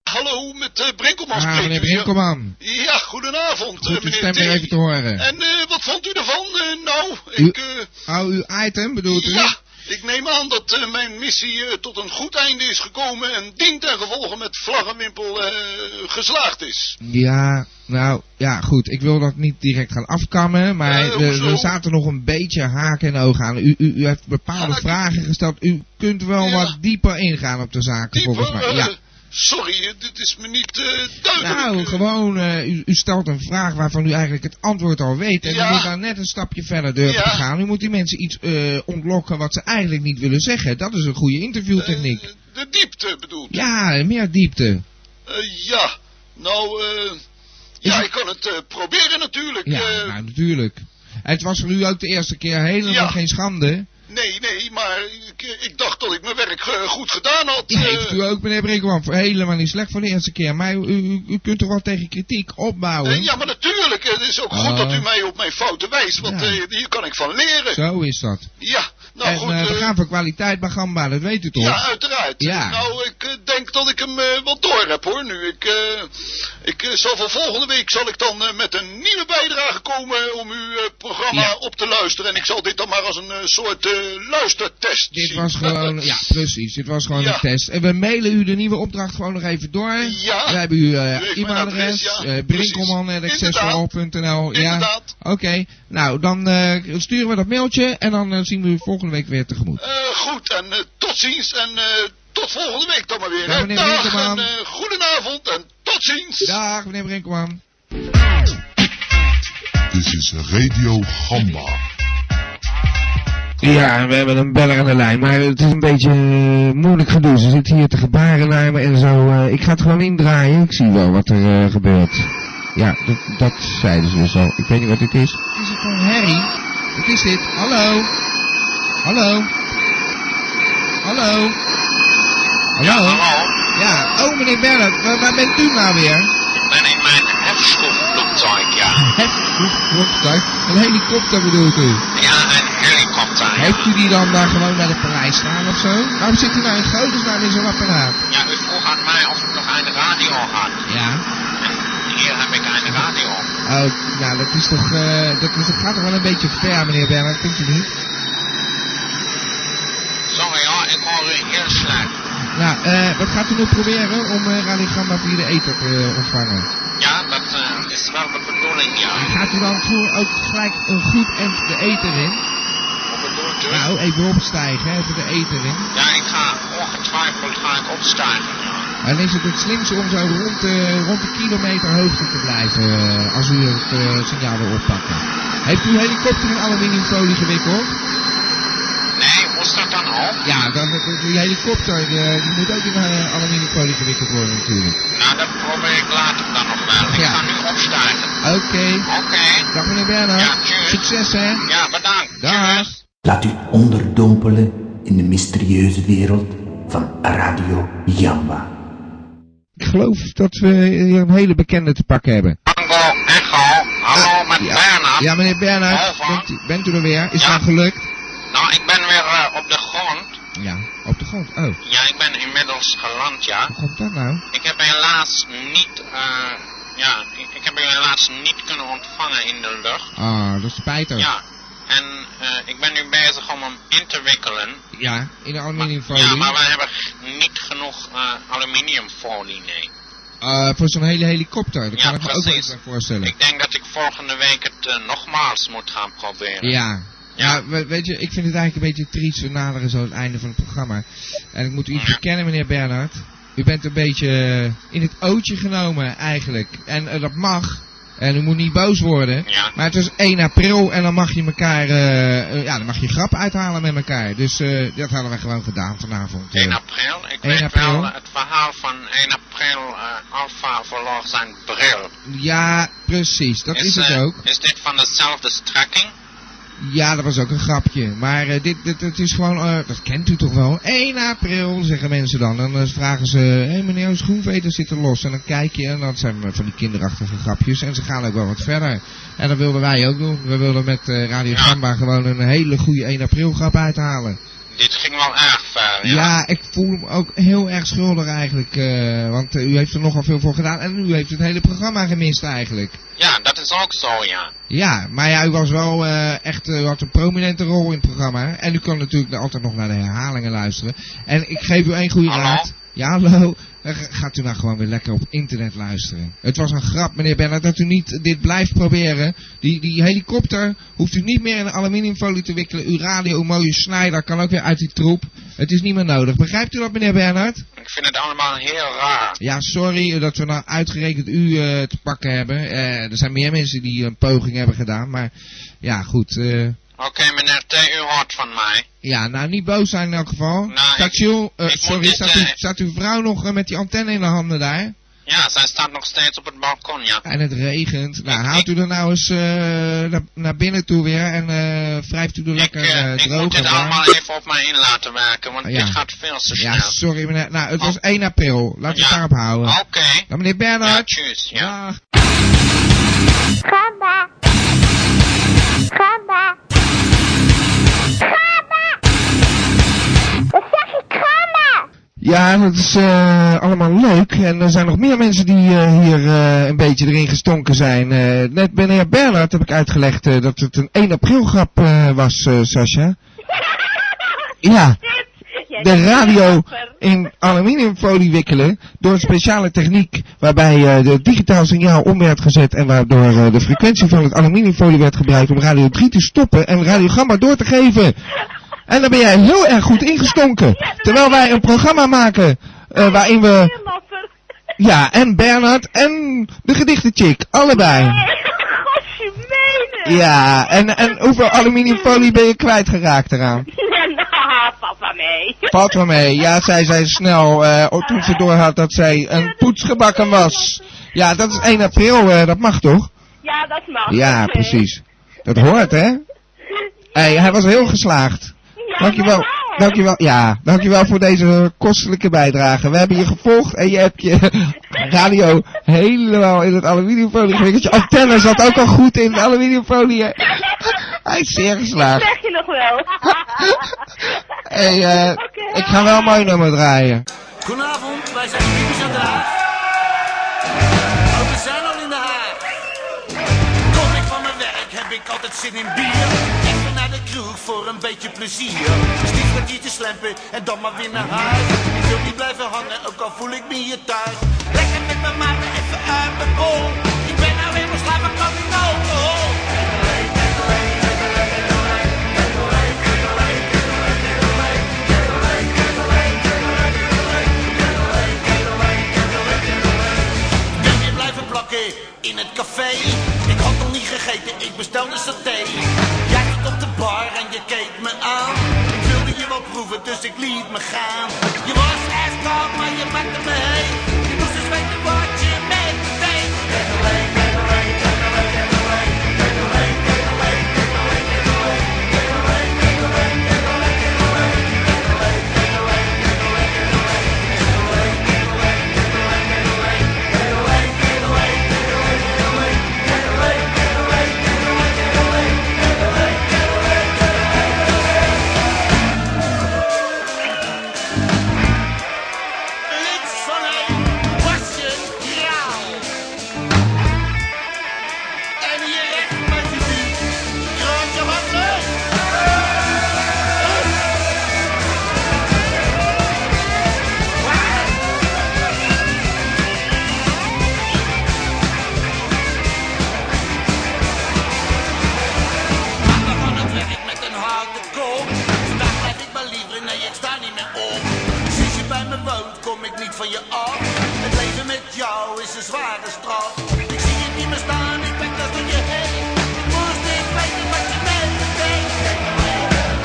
[SPEAKER 8] Hallo, met eh Brinkelman
[SPEAKER 2] Ah,
[SPEAKER 8] spreekt
[SPEAKER 2] meneer
[SPEAKER 8] u, ja.
[SPEAKER 2] Brinkelman.
[SPEAKER 8] Ja, goedenavond, eh,
[SPEAKER 2] Goed uw
[SPEAKER 8] meneer
[SPEAKER 2] stem
[SPEAKER 8] T.
[SPEAKER 2] weer even te horen.
[SPEAKER 8] En eh, wat vond u ervan? Eh, nou,
[SPEAKER 2] U-
[SPEAKER 8] ik, eh,
[SPEAKER 2] Oh, uw item bedoelt u?
[SPEAKER 8] ja, ik neem aan dat eh, mijn missie eh, tot een goed einde is gekomen en dient ten gevolge met vlaggenwimpel eh, geslaagd is.
[SPEAKER 2] Ja, nou ja, goed. Ik wil dat niet direct gaan afkammen, maar
[SPEAKER 8] Eh,
[SPEAKER 2] we,
[SPEAKER 8] hoezo?
[SPEAKER 2] we zaten nog een beetje haken en ogen aan. U, u, u heeft bepaalde vragen gesteld. U kunt wel wat dieper ingaan op de zaken, volgens mij.
[SPEAKER 8] Eh,
[SPEAKER 2] Ja.
[SPEAKER 8] sorry, eh, dit is me niet eh, duidelijk.
[SPEAKER 2] Nou, gewoon, eh, u, u stelt een vraag waarvan u eigenlijk het antwoord al weet. En
[SPEAKER 8] Ja.
[SPEAKER 2] u moet dan net een stapje verder durven
[SPEAKER 8] Ja.
[SPEAKER 2] te gaan. U moet die mensen iets eh, ontlokken wat ze eigenlijk niet willen zeggen. Dat is een goede interviewtechniek.
[SPEAKER 8] eh, De diepte bedoelt.
[SPEAKER 2] ja, meer diepte.
[SPEAKER 8] Eh, ja, nou, eh, ja, ik kan het eh, proberen natuurlijk.
[SPEAKER 2] Ja,
[SPEAKER 8] eh,
[SPEAKER 2] nou, natuurlijk. Het was voor u ook de eerste keer helemaal
[SPEAKER 8] Ja.
[SPEAKER 2] geen schande.
[SPEAKER 8] Nee, nee, maar ik, ik dacht dat ik mijn werk eh, goed gedaan had. eh.
[SPEAKER 2] Heeft u ook, meneer Brinkman, voor helemaal niet slecht voor de eerste keer. Maar u, u, u kunt toch wel tegen kritiek opbouwen?
[SPEAKER 8] Eh, ja, maar natuurlijk. Het is ook goed
[SPEAKER 2] Oh.
[SPEAKER 8] dat u mij op mijn fouten wijst, want
[SPEAKER 2] Ja.
[SPEAKER 8] eh, hier kan ik van leren.
[SPEAKER 2] Zo is dat.
[SPEAKER 8] Ja, Nou
[SPEAKER 2] en
[SPEAKER 8] goed,
[SPEAKER 2] eh, we
[SPEAKER 8] eh,
[SPEAKER 2] gaan voor kwaliteit bij Gamba, dat weet u toch?
[SPEAKER 8] Ja, uiteraard.
[SPEAKER 2] Ja.
[SPEAKER 8] Nou, ik eh, denk dat ik hem eh, wel door heb hoor nu. Ik, eh, ik eh, zal van volgende week zal ik dan eh, met een nieuwe bijdrage komen om uw eh, programma op te luisteren. En ik zal dit dan maar als een eh, soort eh, luistertest
[SPEAKER 2] Dit
[SPEAKER 8] zien. [LAUGHS]
[SPEAKER 2] was gewoon, ja precies, dit was gewoon
[SPEAKER 8] Ja.
[SPEAKER 2] een test. En we mailen u de nieuwe opdracht gewoon nog even door.
[SPEAKER 8] Ja.
[SPEAKER 2] We hebben uw eh,
[SPEAKER 8] U heeft mijn
[SPEAKER 2] e-mailadres,
[SPEAKER 8] adres, ja.
[SPEAKER 2] eh, brinkelman.accessoirol.nl. Ja,
[SPEAKER 8] Inderdaad.
[SPEAKER 2] oké. Nou, dan eh, sturen we dat mailtje en dan eh, zien we u volgende week weer tegemoet.
[SPEAKER 8] Eh, goed, en eh, tot ziens en eh, tot volgende week dan maar weer.
[SPEAKER 2] Dag,
[SPEAKER 8] hè.
[SPEAKER 2] meneer
[SPEAKER 8] Dag en
[SPEAKER 2] Winkelman.
[SPEAKER 8] eh, goedenavond en tot ziens.
[SPEAKER 2] Dag meneer Brinkelman.
[SPEAKER 14] Dit is Radio Gamba.
[SPEAKER 19] Ja, we hebben een beller aan de lijn, maar het is een beetje eh, moeilijk gedoe. Ze zit hier te gebaren naar me en zo. eh, ik ga het gewoon indraaien, ik zie wel wat er eh, gebeurt. Ja, dat, dat zeiden ze dus al. Ik weet niet wat dit is.
[SPEAKER 2] Is het van Harry? Wat is dit? Hallo? Hallo? Hallo?
[SPEAKER 5] Ja,
[SPEAKER 2] Hallo?
[SPEAKER 5] hallo.
[SPEAKER 2] Ja, oh meneer Bernhard, waar, waar bent u nou weer?
[SPEAKER 5] Ik ben in mijn hefschroefvloektuig, ja.
[SPEAKER 2] Helikopter? Een helikopter bedoelt u?
[SPEAKER 5] Ja, een helikopter. ja.
[SPEAKER 2] Heeft u die dan daar gewoon bij de paleis staan of zo? Waarom zit u nou in godesnaam in zo'n apparaat?
[SPEAKER 5] Ja, u vroeg aan mij of ik nog een radio had.
[SPEAKER 2] Ja.
[SPEAKER 5] Hier heb ik een radio.
[SPEAKER 2] Oh, nou dat is toch, eh, dat, is, dat gaat toch wel een beetje ver meneer Bernhard, vindt u niet?
[SPEAKER 5] Sorry hoor, ik hoor u heel slecht.
[SPEAKER 2] Nou, eh, wat gaat u nu proberen om eh Radio Gamba via de ether te eh, ontvangen?
[SPEAKER 5] Ja, dat eh, is wel de bedoeling, ja.
[SPEAKER 2] Gaat u dan voor ook gelijk een goed en de ether in?
[SPEAKER 5] Wat bedoelt u?
[SPEAKER 2] Nou, even opstijgen, even de ether in.
[SPEAKER 5] Ja, ik ga ongetwijfeld ga ik opstijgen, ja.
[SPEAKER 2] En is het het slimste om zo rond, de rond de kilometer hoogte te blijven eh, als u het eh, signaal wil oppakken? Heeft u uw helikopter in aluminiumfolie gewikkeld?
[SPEAKER 5] Nee, moest dat dan ook?
[SPEAKER 2] Ja, dan, eh, die helikopter eh, die moet ook in eh, aluminiumfolie gewikkeld worden natuurlijk.
[SPEAKER 5] Nou, dat probeer ik later dan nog wel. Ik
[SPEAKER 2] Ja.
[SPEAKER 5] ga nu opstijgen.
[SPEAKER 2] Oké.
[SPEAKER 5] Oké.
[SPEAKER 2] Dag meneer Bernhard. Succes hè.
[SPEAKER 5] Ja, bedankt.
[SPEAKER 2] Dag.
[SPEAKER 1] Laat u onderdompelen in de mysterieuze wereld van Radio Jamba.
[SPEAKER 19] Ik geloof dat we hier een hele bekende te pakken hebben.
[SPEAKER 5] Tango, echo, hallo met Bernard.
[SPEAKER 2] Ah, Ja, meneer Bernhard, bent u, bent u er weer? Is dat gelukt?
[SPEAKER 5] Nou, ik ben weer eh, op de grond.
[SPEAKER 2] Ja, op de grond. Oh, hoe
[SPEAKER 5] Ja, ik ben inmiddels geland, ja.
[SPEAKER 2] komt dat nou?
[SPEAKER 5] Ik heb helaas niet, eh, ja, ik, ik heb u helaas niet kunnen ontvangen in de lucht.
[SPEAKER 2] Ah, dat is spijtig.
[SPEAKER 5] Ja, en eh, ik ben nu bezig om hem in te wikkelen.
[SPEAKER 2] Ja, in de aluminiumfolie.
[SPEAKER 5] Ja, maar we hebben g- niet genoeg eh, aluminiumfolie, nee.
[SPEAKER 2] Eh, voor zo'n hele helikopter, dat
[SPEAKER 5] Ja,
[SPEAKER 2] kan ik me ook wel
[SPEAKER 5] precies.
[SPEAKER 2] eens bij voorstellen.
[SPEAKER 5] Ik denk dat ik volgende week het eh, nogmaals moet gaan proberen.
[SPEAKER 2] Ja. Ja, we- weet je, ik vind het eigenlijk een beetje triest. We naderen zo het einde van het programma. En ik moet u iets bekennen, meneer Bernhard. U bent een beetje eh, in het ootje genomen, eigenlijk. En eh, dat mag. En u moet niet boos worden. Maar het is 1 april en dan mag je elkaar... eh, eh, ja, dan mag je grap uithalen met elkaar. Dus eh, dat hadden wij gewoon gedaan vanavond. eh.
[SPEAKER 5] 1 april? Ik
[SPEAKER 2] 1
[SPEAKER 5] weet
[SPEAKER 2] april.
[SPEAKER 5] wel het verhaal van 1 april eh, Alpha verloor zijn bril.
[SPEAKER 2] Ja, precies. Dat is, het
[SPEAKER 5] eh,
[SPEAKER 2] ook.
[SPEAKER 5] Is dit van dezelfde strekking?
[SPEAKER 2] Ja, dat was ook een grapje. Maar eh, dit, dit, het is gewoon, eh, dat kent u toch wel? 1 april, zeggen mensen dan. En dan vragen ze, hé hey, meneer Schoenveter zit er los. En dan kijk je, en dat zijn eh, van die kinderachtige grapjes. En ze gaan ook wel wat verder. En dat wilden wij ook doen. We wilden met eh, Radio Gamba gewoon een hele goede 1 april grap uithalen.
[SPEAKER 5] Dit ging wel erg ver,
[SPEAKER 2] Ja,
[SPEAKER 5] ja.
[SPEAKER 2] ik voel me ook heel erg schuldig eigenlijk. eh, want eh, u heeft er nogal veel voor gedaan. En u heeft het hele programma gemist eigenlijk.
[SPEAKER 5] Ja, dat is ook zo, ja.
[SPEAKER 2] Ja, maar ja, u was wel eh, echt, eh, u had een prominente rol in het programma. En u kan natuurlijk altijd nog naar de herhalingen luisteren. En ik geef u één goede raad. Ja, hallo. Dan ga- Gaat u nou gewoon weer lekker op internet luisteren. Het was een grap, meneer Bernhard, dat u niet dit blijft proberen. Die, die helikopter hoeft u niet meer in aluminiumfolie te wikkelen. Uw radio, mooie snijder kan ook weer uit die troep. Het is niet meer nodig. Begrijpt u dat, meneer Bernhard?
[SPEAKER 5] Ik vind het allemaal heel raar.
[SPEAKER 2] Ja, sorry dat we nou uitgerekend u eh, te pakken hebben. Eh, er zijn meer mensen die een poging hebben gedaan, maar ja, goed. eh,
[SPEAKER 5] Oké, meneer T, u hoort van mij.
[SPEAKER 2] ja, nou, niet boos zijn in elk geval.
[SPEAKER 5] Nou,
[SPEAKER 2] staat,
[SPEAKER 5] ik-
[SPEAKER 2] Jules, eh,
[SPEAKER 5] ik moet
[SPEAKER 2] sorry,
[SPEAKER 5] dit,
[SPEAKER 2] staat, u,
[SPEAKER 5] eh,
[SPEAKER 2] staat uw vrouw nog eh, met die antenne in de handen daar?
[SPEAKER 5] Ja, zij staat nog steeds op het balkon, ja.
[SPEAKER 2] En het regent. Nou, haalt u er nou eens eh, naar, naar binnen toe weer en eh wrijft u er lekker eh,
[SPEAKER 5] ik moet
[SPEAKER 2] droog en
[SPEAKER 5] dit
[SPEAKER 2] warm.
[SPEAKER 5] allemaal even op mij in laten werken, want
[SPEAKER 2] Ah, ja.
[SPEAKER 5] dit gaat veel te snel.
[SPEAKER 2] Ja, sorry meneer. Nou, het was 1 april. Laten we het daarop houden.
[SPEAKER 5] Oké.
[SPEAKER 2] Dan meneer Bernhard.
[SPEAKER 5] Ja, tjus, ja.
[SPEAKER 7] Gamba. Gamba. Gamba.
[SPEAKER 2] Ja, dat is eh, allemaal leuk. En er zijn nog meer mensen die eh, hier eh, een beetje erin gestonken zijn. Eh, net meneer Bernhard heb ik uitgelegd eh, dat het een 1 april grap eh, was, eh, Sascha. Ja. De radio in aluminiumfolie wikkelen door een speciale techniek waarbij eh, het digitaal signaal om werd gezet en waardoor eh, de frequentie van het aluminiumfolie werd gebruikt om radio 3 te stoppen en radio gamma door te geven. En daar ben jij heel erg goed ingestonken. Terwijl wij een programma maken eh, waarin we... Ja, en Bernard en de gedichtenchick, allebei. Ja, en, en hoeveel aluminiumfolie ben je kwijtgeraakt eraan?
[SPEAKER 20] Nou, papa mee.
[SPEAKER 2] Valt wel mee. Ja, zij zei snel eh, toen ze doorhad dat zij een poets gebakken was. Ja, dat is 1 april, eh, dat mag toch?
[SPEAKER 20] Ja, dat mag.
[SPEAKER 2] Ja,
[SPEAKER 20] Oké.
[SPEAKER 2] precies. Dat hoort, hè? Hey, hij was heel geslaagd. Dankjewel. Dankjewel, ja, dankjewel voor deze kostelijke bijdrage. We hebben je gevolgd en je hebt je [LAUGHS] radio helemaal in het aluminiumfolie gewikkeld. Je antenne zat ook al goed in het aluminiumfolie. hè? [LAUGHS] Hij is zeer
[SPEAKER 20] Dat
[SPEAKER 2] geslaagd.
[SPEAKER 20] zeg je nog wel.
[SPEAKER 2] [LAUGHS] Hey, eh, ik ga wel een mooi nummer draaien.
[SPEAKER 21] Goedenavond, wij zijn typisch aan de Haag. Oh, we zijn al in de Haag. Kom ik van mijn werk, heb ik altijd zin in bier. Ik ga naar de kroeg voor een beetje plezier. Stief kwartier te slempen en dan maar weer naar huis. Ik wil niet blijven hangen, ook al voel ik me hier thuis. Lekker met mijn maten, even uit mijn bol. Ik ben nou helemaal slaap, maar kan niet alcohol. Ben weer blijven plakken in het café. Ik had nog niet gegeten, ik bestelde saté. Jij zat op de bar en je keek me aan. Ik wilde je wel proeven, dus ik liet me gaan. Je was echt koud, maar je maakte me heet. Je moest eens weten wat je met me deed. Links van hem was je grauw. En hier rechts was je die grote handen. Maandag aan het werk met een houten kool. Vandaag blijf ik maar liever, nee ik sta niet meer op. Sinds je bij me woont kom ik niet van je af. Het leven met jou is een zware straf. Ik zie je niet meer staan, ik ben dat door je heen. Ik moest niet weten wat je met me deed.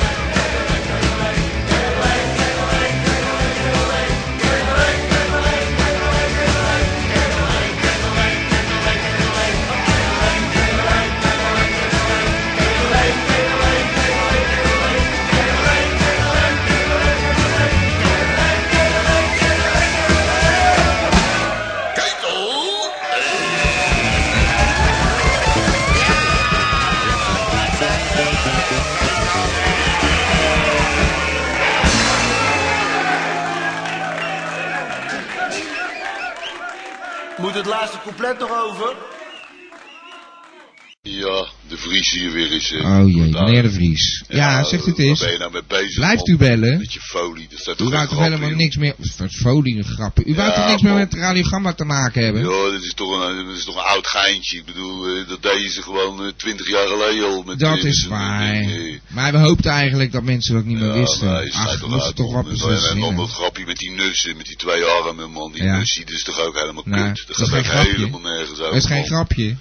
[SPEAKER 21] Moet het laatste couplet nog over?
[SPEAKER 22] Ja, de Vries hier weer is.
[SPEAKER 2] Oh jee, meneer de Vries. Ja, zegt het
[SPEAKER 22] eens.
[SPEAKER 2] eens.
[SPEAKER 22] Waar ben je nou mee bezig?
[SPEAKER 2] Blijft u
[SPEAKER 22] man?
[SPEAKER 2] bellen?
[SPEAKER 22] Met je folie. Dat staat
[SPEAKER 2] U
[SPEAKER 22] toch
[SPEAKER 2] wou toch helemaal niks meer... Wat folie grappen. U wou
[SPEAKER 22] Ja,
[SPEAKER 2] toch niks meer
[SPEAKER 22] man.
[SPEAKER 2] met Radio Gamma te maken hebben?
[SPEAKER 22] Ja, dat is toch een, eh, dat is toch een oud geintje. Ik bedoel, eh, dat deden ze gewoon twintig jaar geleden al. Met,
[SPEAKER 2] Dat
[SPEAKER 22] eh,
[SPEAKER 2] is
[SPEAKER 22] met- eh.
[SPEAKER 2] waar. Maar we hoopten eigenlijk dat mensen dat niet meer wisten.
[SPEAKER 22] maar hij staat
[SPEAKER 2] Ach, we
[SPEAKER 22] toch
[SPEAKER 2] moesten
[SPEAKER 22] uit,
[SPEAKER 2] toch
[SPEAKER 22] man.
[SPEAKER 2] wat
[SPEAKER 22] En dan- En dan
[SPEAKER 2] bezinnen.
[SPEAKER 22] dat grapje met die nussen, met die twee armen, man. Die
[SPEAKER 2] Ja.
[SPEAKER 22] nussie, dat is toch ook helemaal
[SPEAKER 2] Nou,
[SPEAKER 22] kut.
[SPEAKER 2] dat
[SPEAKER 22] Dat
[SPEAKER 2] is
[SPEAKER 22] gaat
[SPEAKER 2] geen
[SPEAKER 22] ook
[SPEAKER 2] grapje.
[SPEAKER 22] helemaal nergens over.
[SPEAKER 2] Dat is geen
[SPEAKER 22] man.
[SPEAKER 2] grapje.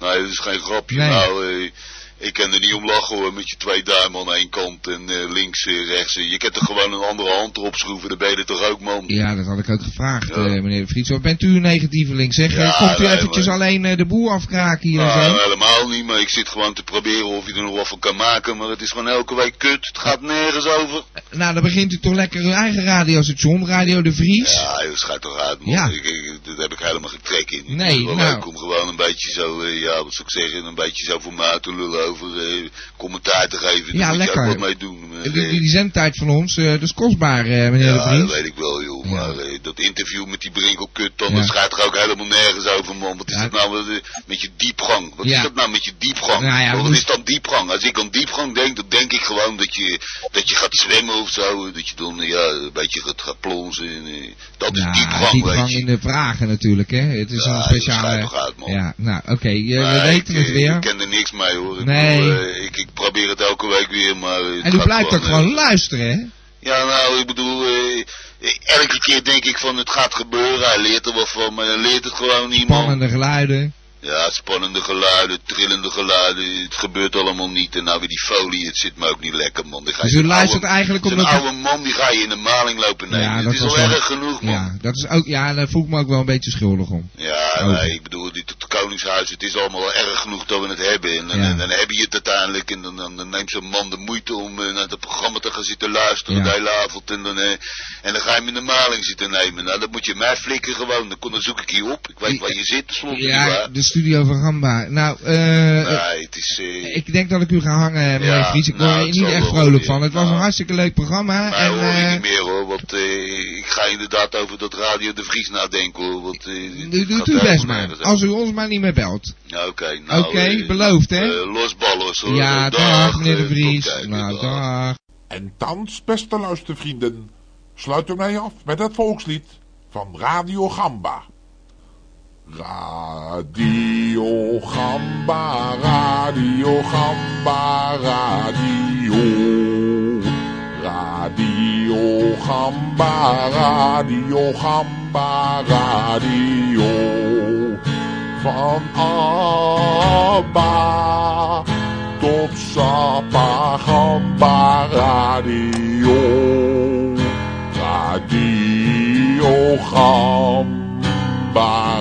[SPEAKER 22] Nee, dat is geen grapje.
[SPEAKER 2] Nee.
[SPEAKER 22] Nou, eh, ik kan er niet om lachen hoor, met je twee duimen aan één kant en eh, links en rechts. Je kunt er gewoon een andere hand erop schroeven, dan ben je er toch ook man.
[SPEAKER 2] Ja, dat had ik ook gevraagd, eh, meneer de Vries. Wat Bent u een negatieveling? Zeg,
[SPEAKER 22] Ja,
[SPEAKER 2] eh, komt u
[SPEAKER 22] nee,
[SPEAKER 2] eventjes
[SPEAKER 22] maar-
[SPEAKER 2] alleen eh, de boel afkraken hier en
[SPEAKER 22] Nou,
[SPEAKER 2] zo?
[SPEAKER 22] helemaal niet, maar ik zit gewoon te proberen of je er nog wat van kan maken. Maar het is gewoon elke week kut. Het gaat nergens over.
[SPEAKER 2] Nou, dan begint u toch lekker uw eigen radiostation, Radio de Vries.
[SPEAKER 22] Ja, joh, schijt toch uit, man.
[SPEAKER 2] Ja.
[SPEAKER 22] Ik, ik- dat heb ik helemaal geen trek in. Ik
[SPEAKER 2] Nee,
[SPEAKER 22] vind het wel
[SPEAKER 2] nou.
[SPEAKER 22] leuk om gewoon een beetje zo, eh, ja, wat zou ik zeggen, een beetje zo voor mij te lullen over eh, commentaar te geven.
[SPEAKER 2] Ja,
[SPEAKER 22] Daar moet
[SPEAKER 2] lekker.
[SPEAKER 22] Je ook wat mee doen. maar,
[SPEAKER 2] Die,
[SPEAKER 22] eh,
[SPEAKER 2] die zendtijd van ons, eh, dat is kostbaar, eh, meneer de
[SPEAKER 22] ja, dat
[SPEAKER 2] Vriend.
[SPEAKER 22] weet ik wel, joh. Maar eh, dat interview met die Brinkelkut, dan
[SPEAKER 2] Ja.
[SPEAKER 22] dat gaat er ook helemaal nergens over, man. Wat is
[SPEAKER 2] Ja.
[SPEAKER 22] dat nou met, eh, met je diepgang? Wat
[SPEAKER 2] Ja.
[SPEAKER 22] is dat nou met je diepgang?
[SPEAKER 2] Nou ja, we
[SPEAKER 22] Want wat
[SPEAKER 2] moeten-
[SPEAKER 22] is dan diepgang? Als ik aan diepgang denk, dan denk ik gewoon dat je, dat je gaat zwemmen of zo. Dat je dan eh, ja, een beetje gaat, gaat plonzen. En, eh, dat is
[SPEAKER 2] Ja,
[SPEAKER 22] diepgang, weet
[SPEAKER 2] diepgang
[SPEAKER 22] je.
[SPEAKER 2] in de vragen natuurlijk, hè. Het is een speciale... ja, nou, oké, je-
[SPEAKER 22] Maar
[SPEAKER 2] we weten
[SPEAKER 22] ik,
[SPEAKER 2] het
[SPEAKER 22] eh,
[SPEAKER 2] weer.
[SPEAKER 22] Ik ken er niks mee hoor. Ik,
[SPEAKER 2] Nee.
[SPEAKER 22] bedoel, eh, ik, ik probeer het elke week weer, maar. eh, het
[SPEAKER 2] En u
[SPEAKER 22] gaat
[SPEAKER 2] blijft ook
[SPEAKER 22] eh,
[SPEAKER 2] gewoon luisteren, hè?
[SPEAKER 22] Ja, nou, ik bedoel, eh, eh, elke keer denk ik van het gaat gebeuren. Hij leert er wel van, maar hij leert het gewoon niet, man.
[SPEAKER 2] Spannende geluiden.
[SPEAKER 22] Ja, spannende geluiden, trillende geluiden. Het gebeurt allemaal niet. En nou weer die folie, het zit me ook niet lekker, man. Die ga je
[SPEAKER 2] Dus u
[SPEAKER 22] zo'n
[SPEAKER 2] luistert
[SPEAKER 22] oude-
[SPEAKER 2] eigenlijk
[SPEAKER 22] zo'n
[SPEAKER 2] omdat u-
[SPEAKER 22] oude man, die ga je in de maling lopen nemen.
[SPEAKER 2] Ja,
[SPEAKER 22] het
[SPEAKER 2] dat
[SPEAKER 22] is
[SPEAKER 2] was
[SPEAKER 22] al
[SPEAKER 2] wel-
[SPEAKER 22] erg genoeg, man.
[SPEAKER 2] Ja, dat is ook, ja, daar voel ik me ook wel een beetje schuldig om.
[SPEAKER 22] Ja,
[SPEAKER 2] Over.
[SPEAKER 22] nee, ik bedoel, dit, het Koningshuis, het is allemaal wel erg genoeg dat we het hebben. En dan,
[SPEAKER 2] Ja.
[SPEAKER 22] en dan heb je het uiteindelijk en dan, dan, dan neemt zo'n man de moeite om eh, naar het programma te gaan zitten luisteren de hele avond. En dan, eh, en dan ga je hem in de maling zitten nemen. Nou, dan moet je mij flikken gewoon, dan, kom- dan zoek ik je op. Ik weet waar je zit, tenslotte.
[SPEAKER 2] Ja,
[SPEAKER 22] nietwaar?
[SPEAKER 2] de studio van Gamba. Nou, eh...
[SPEAKER 22] nee, het is... eh,
[SPEAKER 2] Ik denk dat ik u ga hangen, meneer
[SPEAKER 22] Ja,
[SPEAKER 2] Vries. Ik word
[SPEAKER 22] nou,
[SPEAKER 2] er
[SPEAKER 22] het
[SPEAKER 2] niet
[SPEAKER 22] zal
[SPEAKER 2] echt
[SPEAKER 22] wel
[SPEAKER 2] vrolijk
[SPEAKER 22] weer.
[SPEAKER 2] van. Het was een hartstikke leuk programma.
[SPEAKER 22] maar
[SPEAKER 2] en,
[SPEAKER 22] hoor ik
[SPEAKER 2] eh,
[SPEAKER 22] niet meer hoor, want eh, ik ga inderdaad over dat Radio de Vries nadenken hoor. Want, eh, het
[SPEAKER 2] u
[SPEAKER 22] gaat
[SPEAKER 2] doet u
[SPEAKER 22] helemaal
[SPEAKER 2] best maar.
[SPEAKER 22] nergens over.
[SPEAKER 2] Als u ons maar niet meer belt.
[SPEAKER 22] Ja, Oké, nou...
[SPEAKER 2] Oké,
[SPEAKER 22] eh,
[SPEAKER 2] beloofd, hè?
[SPEAKER 22] eh, los ballos hoor.
[SPEAKER 2] Ja,
[SPEAKER 22] Dag,
[SPEAKER 2] dag, meneer de
[SPEAKER 22] eh,
[SPEAKER 2] Vries.
[SPEAKER 22] tot kijken,
[SPEAKER 2] Nou,
[SPEAKER 22] dag.
[SPEAKER 2] dag.
[SPEAKER 23] En thans, beste luistervrienden, sluiten wij af met het volkslied van Radio Gamba. Radio Gamba, Radio Gamba, Radio. Radio Gamba, Radio Gamba, Radio. Van Abba tot Sapa Gamba, Radio. Radio Gamba.